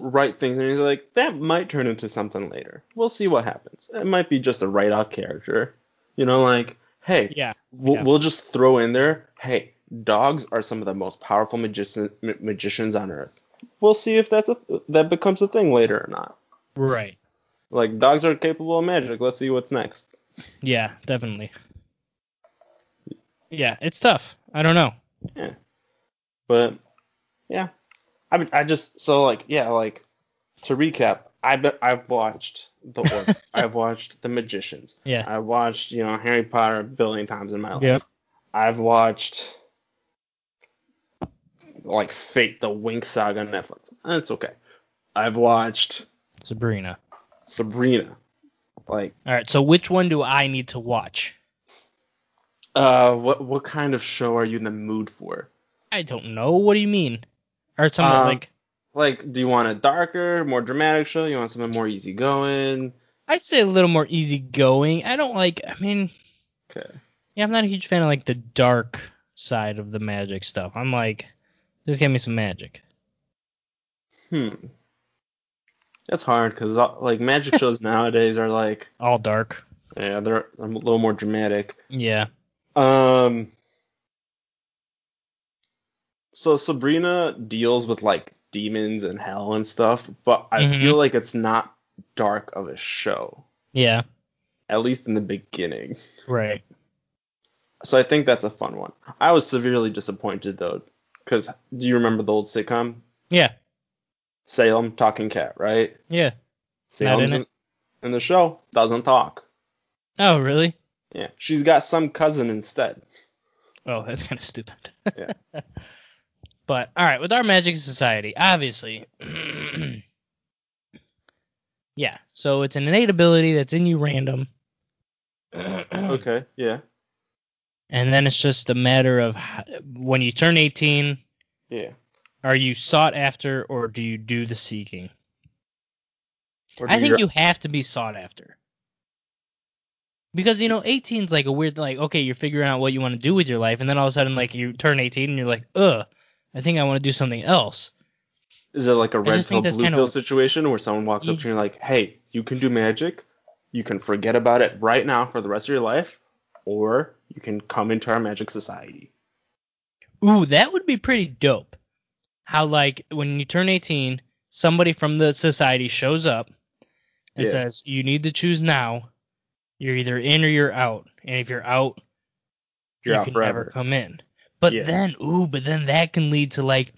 Speaker 2: write things and he's like, that might turn into something later. We'll see what happens. It might be just a write off character. You know, like, hey,
Speaker 1: Yeah.
Speaker 2: we'll,
Speaker 1: yeah.
Speaker 2: we'll just throw in there, hey, dogs are some of the most powerful magician, ma- magicians on earth. We'll see if that's a, that becomes a thing later or not.
Speaker 1: Right.
Speaker 2: Like, dogs are capable of magic. Let's see what's next.
Speaker 1: Yeah, definitely. Yeah, it's tough. I don't know.
Speaker 2: But yeah, I mean, I just so like yeah, like to recap, I be, I've watched the Orb, I've watched The Magicians,
Speaker 1: Yeah.
Speaker 2: I watched you know Harry Potter a billion times in my life.
Speaker 1: Yep.
Speaker 2: I've watched like Fate, the Wink Saga on Netflix. That's okay. I've watched
Speaker 1: Sabrina.
Speaker 2: Sabrina. Like,
Speaker 1: All right. So which one do I need to watch?
Speaker 2: uh, what what kind of show are you in the mood for?
Speaker 1: I don't know. What do you mean? Or something
Speaker 2: Um,
Speaker 1: like?
Speaker 2: Like, do you want a darker, more dramatic show? You want something more easygoing?
Speaker 1: I'd say a little more easygoing. I don't like. I mean,
Speaker 2: Okay.
Speaker 1: yeah, I'm not a huge fan of like the dark side of the magic stuff. I'm like, just give me some magic.
Speaker 2: Hmm. That's hard because like magic shows nowadays are like
Speaker 1: All dark.
Speaker 2: yeah they're a little more Um, dramatic.
Speaker 1: Yeah.
Speaker 2: Um. so Sabrina deals with like demons and hell and stuff, but I
Speaker 1: Mhm.
Speaker 2: feel like it's not dark of a show,
Speaker 1: Yeah.
Speaker 2: at least in the beginning.
Speaker 1: Right.
Speaker 2: So I think that's a fun one. I was severely disappointed though, because do you remember the old sitcom
Speaker 1: Yeah.
Speaker 2: Salem Talking Cat, right?
Speaker 1: Yeah.
Speaker 2: Salem's
Speaker 1: in
Speaker 2: in, in the show doesn't talk.
Speaker 1: Oh, really?
Speaker 2: Yeah, she's got some cousin instead.
Speaker 1: Oh, that's kind of stupid.
Speaker 2: Yeah.
Speaker 1: but all right, with our Magic Society, obviously, yeah. So it's an innate ability that's in you random, and
Speaker 2: Okay, yeah,
Speaker 1: then it's just a matter of h- when you turn 18,
Speaker 2: yeah.
Speaker 1: are you sought after or do you do the seeking?
Speaker 2: Or do
Speaker 1: I think
Speaker 2: gra-
Speaker 1: you have to be sought after. Because you know, 18's like a weird like, okay, you're figuring out what you want to do with your life, and then all of a sudden like you turn 18 and you're like, ugh, I think I want to do something else.
Speaker 2: Is it like a red
Speaker 1: just think
Speaker 2: pill,
Speaker 1: that's
Speaker 2: blue
Speaker 1: kinda-
Speaker 2: pill situation where someone walks up to you and like, hey, you can do magic, you can forget about it right now for the rest of your life, or you can come into our magic society.
Speaker 1: Ooh, that would be pretty dope. How like when you turn 18, somebody from the society shows up and
Speaker 2: Yeah.
Speaker 1: says, "You need to choose now. You're either in or you're out. And if you're out,
Speaker 2: You're
Speaker 1: you
Speaker 2: out
Speaker 1: can never
Speaker 2: forever.
Speaker 1: come in." But
Speaker 2: Yeah.
Speaker 1: then, ooh, but then that can lead to like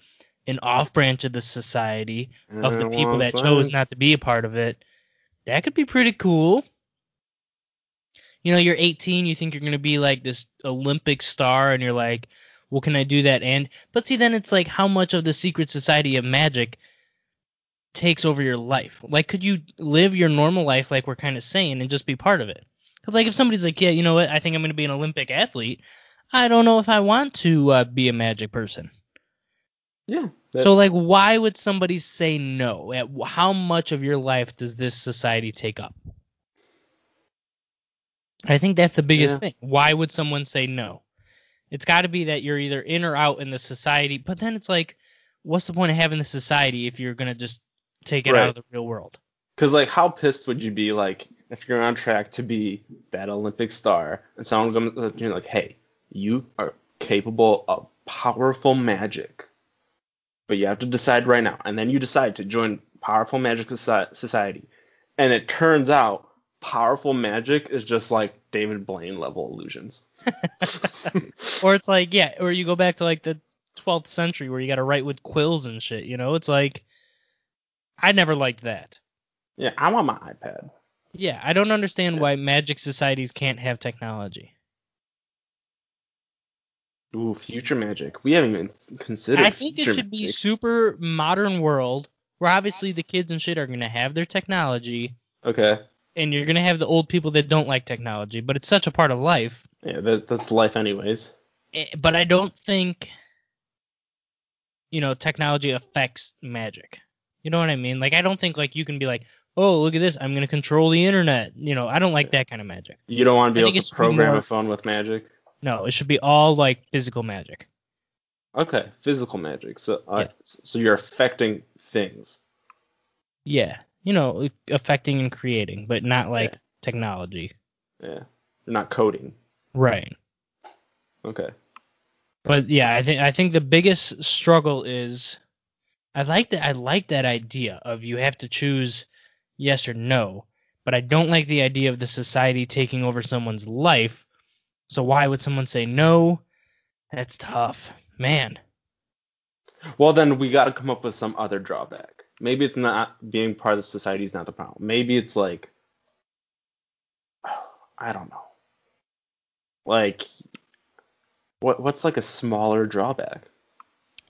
Speaker 1: an off branch of the society of the
Speaker 2: Uh,
Speaker 1: people
Speaker 2: well,
Speaker 1: that
Speaker 2: so-
Speaker 1: chose not to be a part of it. That could be pretty cool. You know, you're 18, you think you're going to be like this Olympic star, and you're like, well, can I do that? And, but see, then it's like how much of the secret society of magic takes over your life? Like, could you live your normal life, like we're kind of saying, and just be part of it? Because, like, if somebody's like, yeah, you know what, I think I'm going to be an Olympic athlete, I don't know if I want to uh, be a magic person.
Speaker 2: Yeah. that-
Speaker 1: So like, why would somebody say no? At wh- how much of your life does this society take up? I think that's the biggest
Speaker 2: Yeah.
Speaker 1: thing. Why would someone say no? It's got to be that you're either in or out in the society. But then it's like, what's the point of having the society if you're gonna just take it out of
Speaker 2: Right.
Speaker 1: the real world?
Speaker 2: Because like, how pissed would you be like if you're on track to be that Olympic star and someone comes up to you and like, hey, you are capable of powerful magic, but you have to decide right now. And then you decide to join Powerful Magic Soci- Society, and it turns out powerful magic is just like David Blaine level illusions.
Speaker 1: Or it's like, yeah, or you go back to like the 12th century where you got to write with quills and shit. You know, it's like, I never liked that.
Speaker 2: yeah, I want my iPad.
Speaker 1: Yeah, I don't understand why magic societies can't have technology.
Speaker 2: Ooh, future magic. We haven't even considered.
Speaker 1: I think it
Speaker 2: future
Speaker 1: should be
Speaker 2: magic.
Speaker 1: super modern world where obviously the kids and shit are gonna have their technology
Speaker 2: okay.
Speaker 1: and you're gonna have the old people that don't like technology, but it's such a part of life.
Speaker 2: Yeah, that, that's life, anyways.
Speaker 1: Eh, But I don't think you know technology affects magic. You know what I mean? Like I don't think like you can be like, oh look at this, I'm gonna control the internet. You know, I don't like that kind of magic.
Speaker 2: You don't
Speaker 1: I
Speaker 2: want to be
Speaker 1: think
Speaker 2: able
Speaker 1: it
Speaker 2: to
Speaker 1: should be
Speaker 2: program
Speaker 1: more-
Speaker 2: a phone with magic.
Speaker 1: No, it should be all like physical magic.
Speaker 2: Okay, physical magic. So, all
Speaker 1: Yeah.
Speaker 2: right, so you're affecting things.
Speaker 1: Yeah, you know, affecting and creating, but not like
Speaker 2: Yeah.
Speaker 1: technology.
Speaker 2: Yeah, you're not coding.
Speaker 1: Right.
Speaker 2: Okay.
Speaker 1: But yeah, I think I think the biggest struggle is I like that I like that idea of you have to choose yes or no, but I don't like the idea of the society taking over someone's life. So why would someone say no? That's tough. Man.
Speaker 2: Well, then we got to come up with some other drawback. Maybe it's not being part of the society is not the problem. Maybe it's like, I don't know. Like, what what's like a smaller drawback?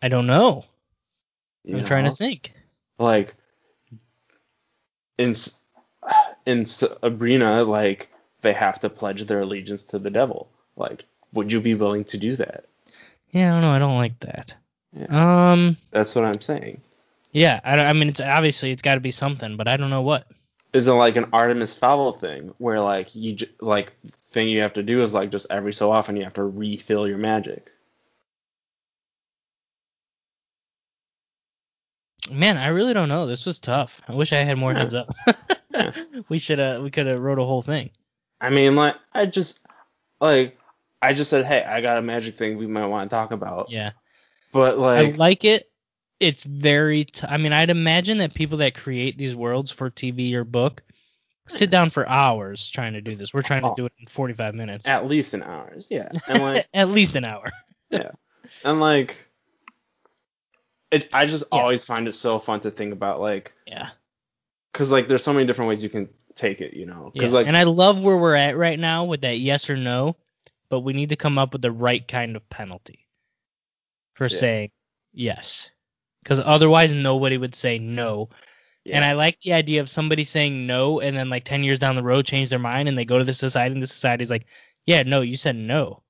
Speaker 1: I don't know.
Speaker 2: you
Speaker 1: I'm trying
Speaker 2: know?
Speaker 1: to think.
Speaker 2: like in S- in Sabrina, like they have to pledge their allegiance to the devil. Like, would you be willing to do that?
Speaker 1: Yeah, I don't know. I don't like that. Um
Speaker 2: That's what I'm saying.
Speaker 1: yeah, I, don't- I mean it's obviously it's got to be something, but I don't know what.
Speaker 2: Is it like an Artemis Fowl thing where like you j- like thing you have to do is like just every so often you have to refill your magic?
Speaker 1: Man, I really don't know. This was tough. I wish I had more
Speaker 2: Yeah.
Speaker 1: heads up.
Speaker 2: Yeah.
Speaker 1: we should have we could have wrote a whole thing.
Speaker 2: I mean, like I just like I just said, hey, I got a magic thing we might want to talk about.
Speaker 1: Yeah.
Speaker 2: But like,
Speaker 1: I like it. It's very. T- I mean, I'd imagine that people that create these worlds for TV or book sit down for hours trying to do this. We're trying to
Speaker 2: Oh.
Speaker 1: do it in 45 minutes,
Speaker 2: at least an hours, yeah. And like,
Speaker 1: at least an hour.
Speaker 2: and like, it. I just
Speaker 1: Yeah.
Speaker 2: always find it so fun to think about, like,
Speaker 1: Yeah.
Speaker 2: because like, there's so many different ways you can take it, you know.
Speaker 1: yeah.
Speaker 2: Because like,
Speaker 1: and I love where we're at right now with that yes or no, but we need to come up with the right kind of penalty for
Speaker 2: Yeah.
Speaker 1: saying yes. Because otherwise, nobody would say no.
Speaker 2: yeah.
Speaker 1: And I like the idea of somebody saying no, and then like 10 years down the road, change their mind, and they go to the society, and the society's like, yeah, no, you said no.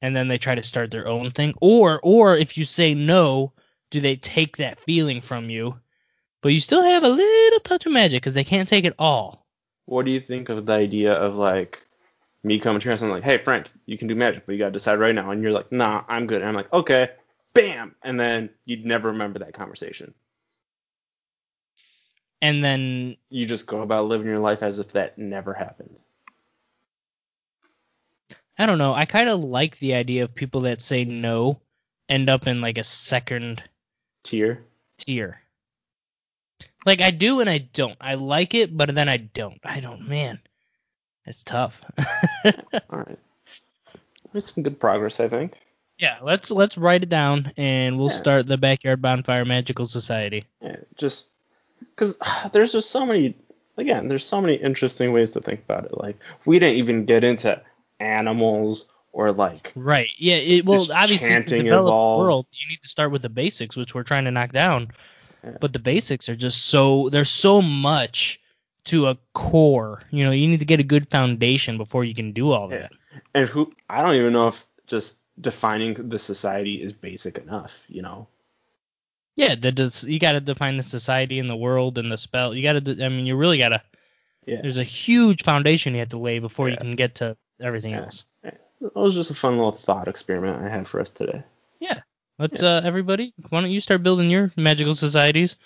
Speaker 1: And then they try to start their own thing. Or, or if you say no, do they take that feeling from you? But you still have a little touch of magic because they can't take it all.
Speaker 2: What do you think of the idea of like me coming to you and saying like, "Hey Frank, you can do magic, but you gotta decide right now," and you're like, "Nah, I'm good," and I'm like, "Okay, bam," and then you'd never remember that conversation.
Speaker 1: And then
Speaker 2: You just go about living your life as if that never happened.
Speaker 1: I don't know. I kind of like the idea of people that say no end up in like a second
Speaker 2: Tier.
Speaker 1: tier. Like I do and I don't. I like it, but then I don't. I don't. Man, it's tough.
Speaker 2: All right. Made some good progress, I think.
Speaker 1: yeah, let's let's write it down and we'll
Speaker 2: Yeah.
Speaker 1: start the backyard bonfire magical society.
Speaker 2: Yeah, just because there's just so many. Again, there's so many interesting ways to think about it. Like we didn't even get into animals or like
Speaker 1: Right. Yeah. It, well,
Speaker 2: Is
Speaker 1: obviously, to
Speaker 2: chanting
Speaker 1: develop a
Speaker 2: involved?
Speaker 1: world, you need to start with the basics, which we're trying to knock down.
Speaker 2: Yeah.
Speaker 1: But the basics are just so there's so much to a core. You know, you need to get a good foundation before you can do all
Speaker 2: Yeah.
Speaker 1: that.
Speaker 2: and who I don't even know if just defining the society is basic enough, you know.
Speaker 1: Yeah. That does. You got to define the society and the world and the spell. You got to. I mean, you really got to.
Speaker 2: Yeah.
Speaker 1: There's a huge foundation you have to lay before you
Speaker 2: Yeah.
Speaker 1: can get to everything
Speaker 2: Yeah.
Speaker 1: else.
Speaker 2: That was just a fun little thought experiment I had for us today.
Speaker 1: Let's uh, everybody, why don't you start building your magical societies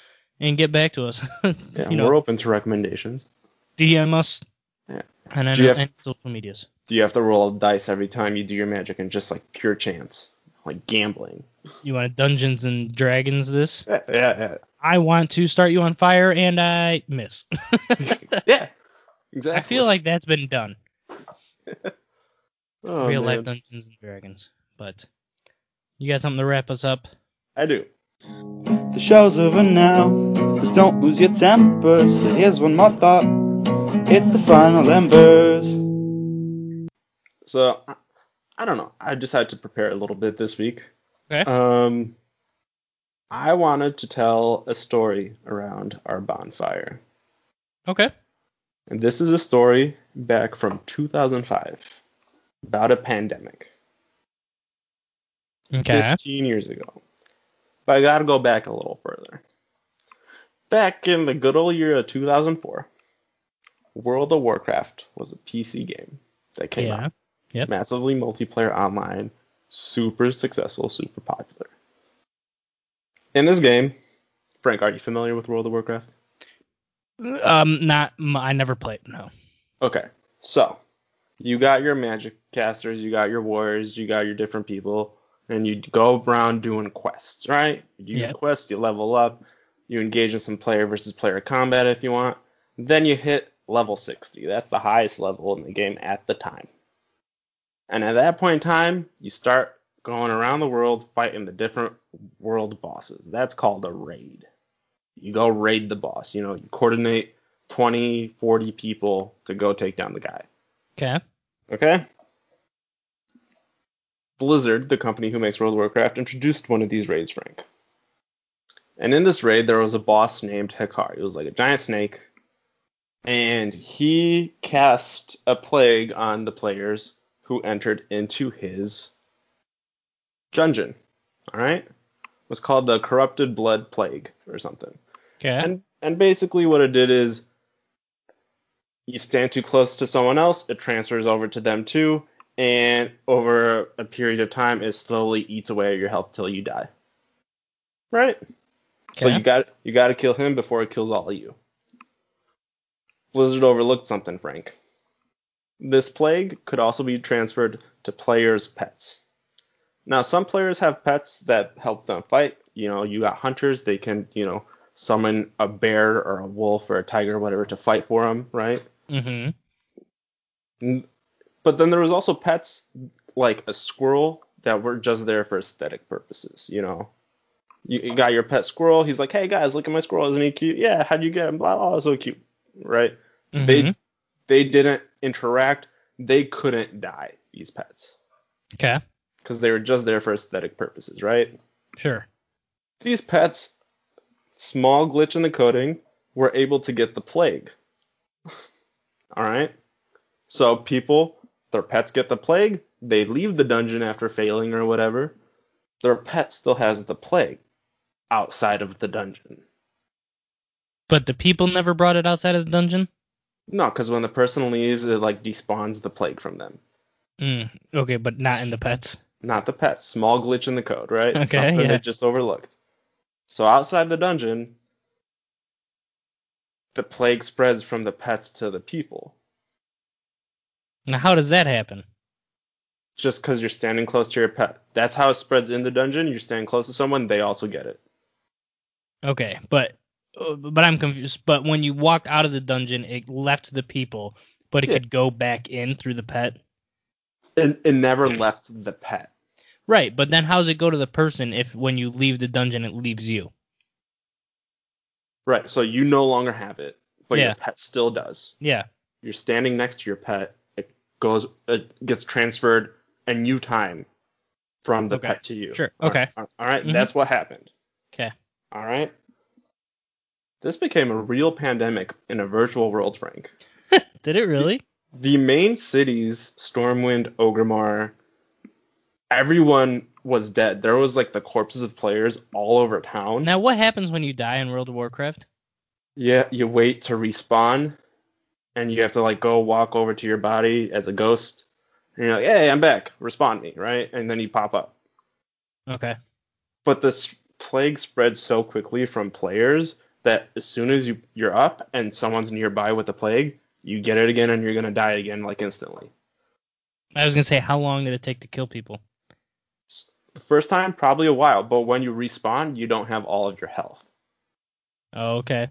Speaker 1: and get back to us?
Speaker 2: Yeah,
Speaker 1: you know,
Speaker 2: we're open to recommendations.
Speaker 1: DM us.
Speaker 2: Yeah.
Speaker 1: And on
Speaker 2: Do you have-
Speaker 1: and social medias.
Speaker 2: Do you have to roll dice every time you do your magic and just like pure chance, like gambling?
Speaker 1: You want to Dungeons and Dragons this?
Speaker 2: Yeah, yeah,
Speaker 1: I want to start you on fire and I miss.
Speaker 2: yeah. yeah
Speaker 1: I
Speaker 2: exactly.
Speaker 1: feel like that's been done.
Speaker 2: Oh,
Speaker 1: Real life
Speaker 2: man.
Speaker 1: Dungeons and Dragons. But you got something to wrap us up?
Speaker 2: I do.
Speaker 3: The show's over now, but don't lose your temper. So here's one more thought. It's the final embers.
Speaker 2: So I, I don't know. I just had to prepare a little bit this week.
Speaker 1: Okay.
Speaker 2: Um, I wanted to tell a story around our bonfire.
Speaker 1: Okay.
Speaker 2: And this is a story back from 2005 about a pandemic
Speaker 1: Okay.
Speaker 2: 15 years ago. But I got to go back a little further. Back in the good old year of 2004, World of Warcraft was a PC game that came
Speaker 1: Yeah.
Speaker 2: out.
Speaker 1: Yep.
Speaker 2: Massively multiplayer online, super successful, super popular. In this game, Frank, are you familiar with World of Warcraft?
Speaker 1: Um, not. m- I never played. No.
Speaker 2: Okay, so you got your magic casters, you got your warriors, you got your different people, and you go around doing quests, right? You do your
Speaker 1: Yep.
Speaker 2: quests, you level up, you engage in some player versus player combat if you want. Then you hit level 60. That's the highest level in the game at the time. And at that point in time, you start going around the world fighting the different world bosses. That's called a raid. You go raid the boss, you know, you coordinate 20, 40 people to go take down the guy.
Speaker 1: Okay.
Speaker 2: Okay? Blizzard, the company who makes World of Warcraft, introduced one of these raids, Frank. And in this raid, there was a boss named Hikari. It was like a giant snake. And he cast a plague on the players who entered into his dungeon. Alright? It was called the Corrupted Blood Plague or something.
Speaker 1: Okay.
Speaker 2: And and basically what it did is you stand too close to someone else, it transfers over to them too, and over a period of time it slowly eats away at your health till you die. Right? So
Speaker 1: Okay.
Speaker 2: you got you got to kill him before it kills all of you. Blizzard overlooked something, Frank. This plague could also be transferred to players' pets. Now, some players have pets that help them fight. You know, you got hunters, they can, you know, summon a bear or a wolf or a tiger, whatever, to fight for them, right?
Speaker 1: Mm-hmm.
Speaker 2: N- But then there was also pets like a squirrel that were just there for aesthetic purposes, you know. You, you got your pet squirrel, he's like, hey guys, look at my squirrel, isn't he cute? Yeah, how'd you get him? Blah, blah, so cute, right?
Speaker 1: mm-hmm.
Speaker 2: They they didn't interact, they couldn't die, these pets,
Speaker 1: okay.
Speaker 2: because they were just there for aesthetic purposes, right?
Speaker 1: Sure.
Speaker 2: These pets, small glitch in the coding, were able to get the plague. All right? So people, their pets get the plague, they leave the dungeon after failing or whatever. Their pet still has the plague outside of the dungeon.
Speaker 1: But the people never brought it outside of the dungeon.
Speaker 2: No, because when the person leaves, it like despawns the plague from them.
Speaker 1: Mm, okay, but not in the pets.
Speaker 2: Not the pets. Small glitch in the code, right?
Speaker 1: Okay,
Speaker 2: Something
Speaker 1: yeah.
Speaker 2: they just overlooked. So outside the dungeon, the plague spreads from the pets to the people.
Speaker 1: Now, how does that happen?
Speaker 2: just because you're standing close to your pet. That's how it spreads in the dungeon. You're standing close to someone, they also get it.
Speaker 1: Okay, but uh, but I'm confused. But when you walked out of the dungeon, it left the people, but it
Speaker 2: Yeah.
Speaker 1: could go back in through the pet.
Speaker 2: It, it never left the pet.
Speaker 1: Right, but then how does it go to the person if when you leave the dungeon it leaves you?
Speaker 2: Right, so you no longer have it, but
Speaker 1: Yeah.
Speaker 2: your pet still does.
Speaker 1: Yeah.
Speaker 2: You're standing next to your pet, it goes, it gets transferred a new time from the
Speaker 1: Okay,
Speaker 2: pet to you.
Speaker 1: sure,
Speaker 2: All
Speaker 1: okay.
Speaker 2: right, All all right,
Speaker 1: Mhm.
Speaker 2: that's what happened.
Speaker 1: Okay.
Speaker 2: All right. This became a real pandemic in a virtual world, Frank.
Speaker 1: Did it really?
Speaker 2: the main cities, Stormwind, Ogremar, everyone was dead. There was like the corpses of players all over town.
Speaker 1: Now what happens when you die in World of Warcraft?
Speaker 2: Yeah, you wait to respawn, and you have to like go walk over to your body as a ghost, and you're like, hey, I'm back, respond me, right? And then you pop up.
Speaker 1: Okay.
Speaker 2: But this plague spreads so quickly from players that as soon as you you're up and someone's nearby with the plague, you get it again and you're gonna die again like instantly.
Speaker 1: I was gonna say how long did it take to kill people?
Speaker 2: S- The first time, probably a while, but when you respawn, you don't have all of your health,
Speaker 1: Oh, okay.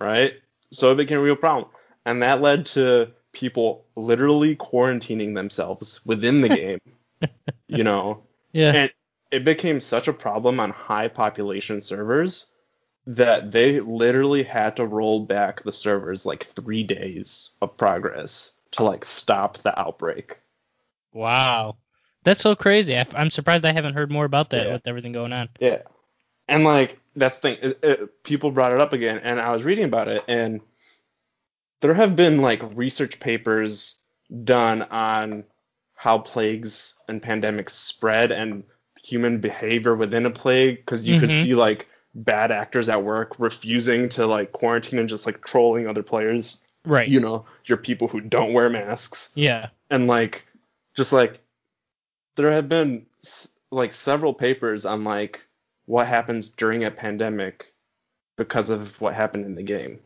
Speaker 2: right? So it became a real problem. And that led to people literally quarantining themselves within the game, you know?
Speaker 1: Yeah.
Speaker 2: And it became such a problem on high population servers that they literally had to roll back the servers like three days of progress to like stop the outbreak.
Speaker 1: Wow. That's so crazy. I, I'm surprised I haven't heard more about that
Speaker 2: Yeah.
Speaker 1: with everything going on.
Speaker 2: Yeah. And like that's the thing. It, it, people brought it up again, and I was reading about it, and there have been like research papers done on how plagues and pandemics spread and human behavior within a plague, because you could
Speaker 1: Mhm.
Speaker 2: see like bad actors at work refusing to like quarantine and just like trolling other players.
Speaker 1: Right.
Speaker 2: You know, your people who don't wear masks
Speaker 1: yeah.
Speaker 2: and like just like there have been s- like several papers on like what happens during a pandemic because of what happened in the game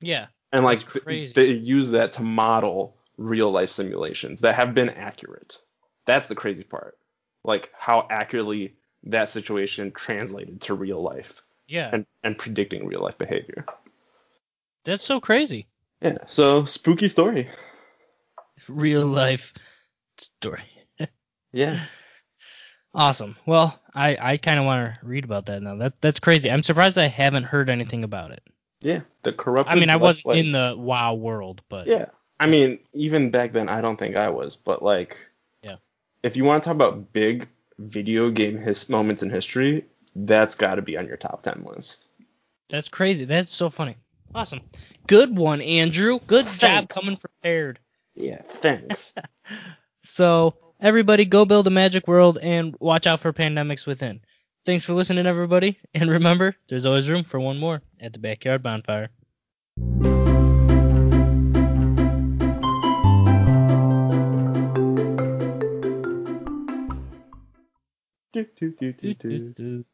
Speaker 1: Yeah.
Speaker 2: and like
Speaker 1: That's
Speaker 2: th-
Speaker 1: crazy.
Speaker 2: they use that to model real life simulations that have been accurate that's the crazy part like how accurately that situation translated to real life
Speaker 1: Yeah.
Speaker 2: and, and predicting real life behavior
Speaker 1: That's so crazy.
Speaker 2: yeah so spooky story
Speaker 1: Real life story.
Speaker 2: yeah
Speaker 1: Awesome. Well, I, I kind of want to read about that now. That that's crazy. I'm surprised I haven't heard anything about it.
Speaker 2: yeah the corrupt
Speaker 1: I mean, I wasn't in the WoW world, but
Speaker 2: Yeah. I mean, even back then, I don't think I was, but like,
Speaker 1: Yeah.
Speaker 2: if you want to talk about big video game his- moments in history, that's got to be on your top 10 list.
Speaker 1: that's crazy. That's so funny. Awesome. Good one, Andrew. Good job
Speaker 2: Thanks.
Speaker 1: coming prepared.
Speaker 2: Yeah, thanks.
Speaker 1: So, everybody go build a magic world and watch out for pandemics within. Thanks for listening, everybody. And remember, there's always room for one more at the backyard bonfire.
Speaker 2: Do, do, do, do,
Speaker 1: Doo,
Speaker 2: do.
Speaker 1: doo, doo.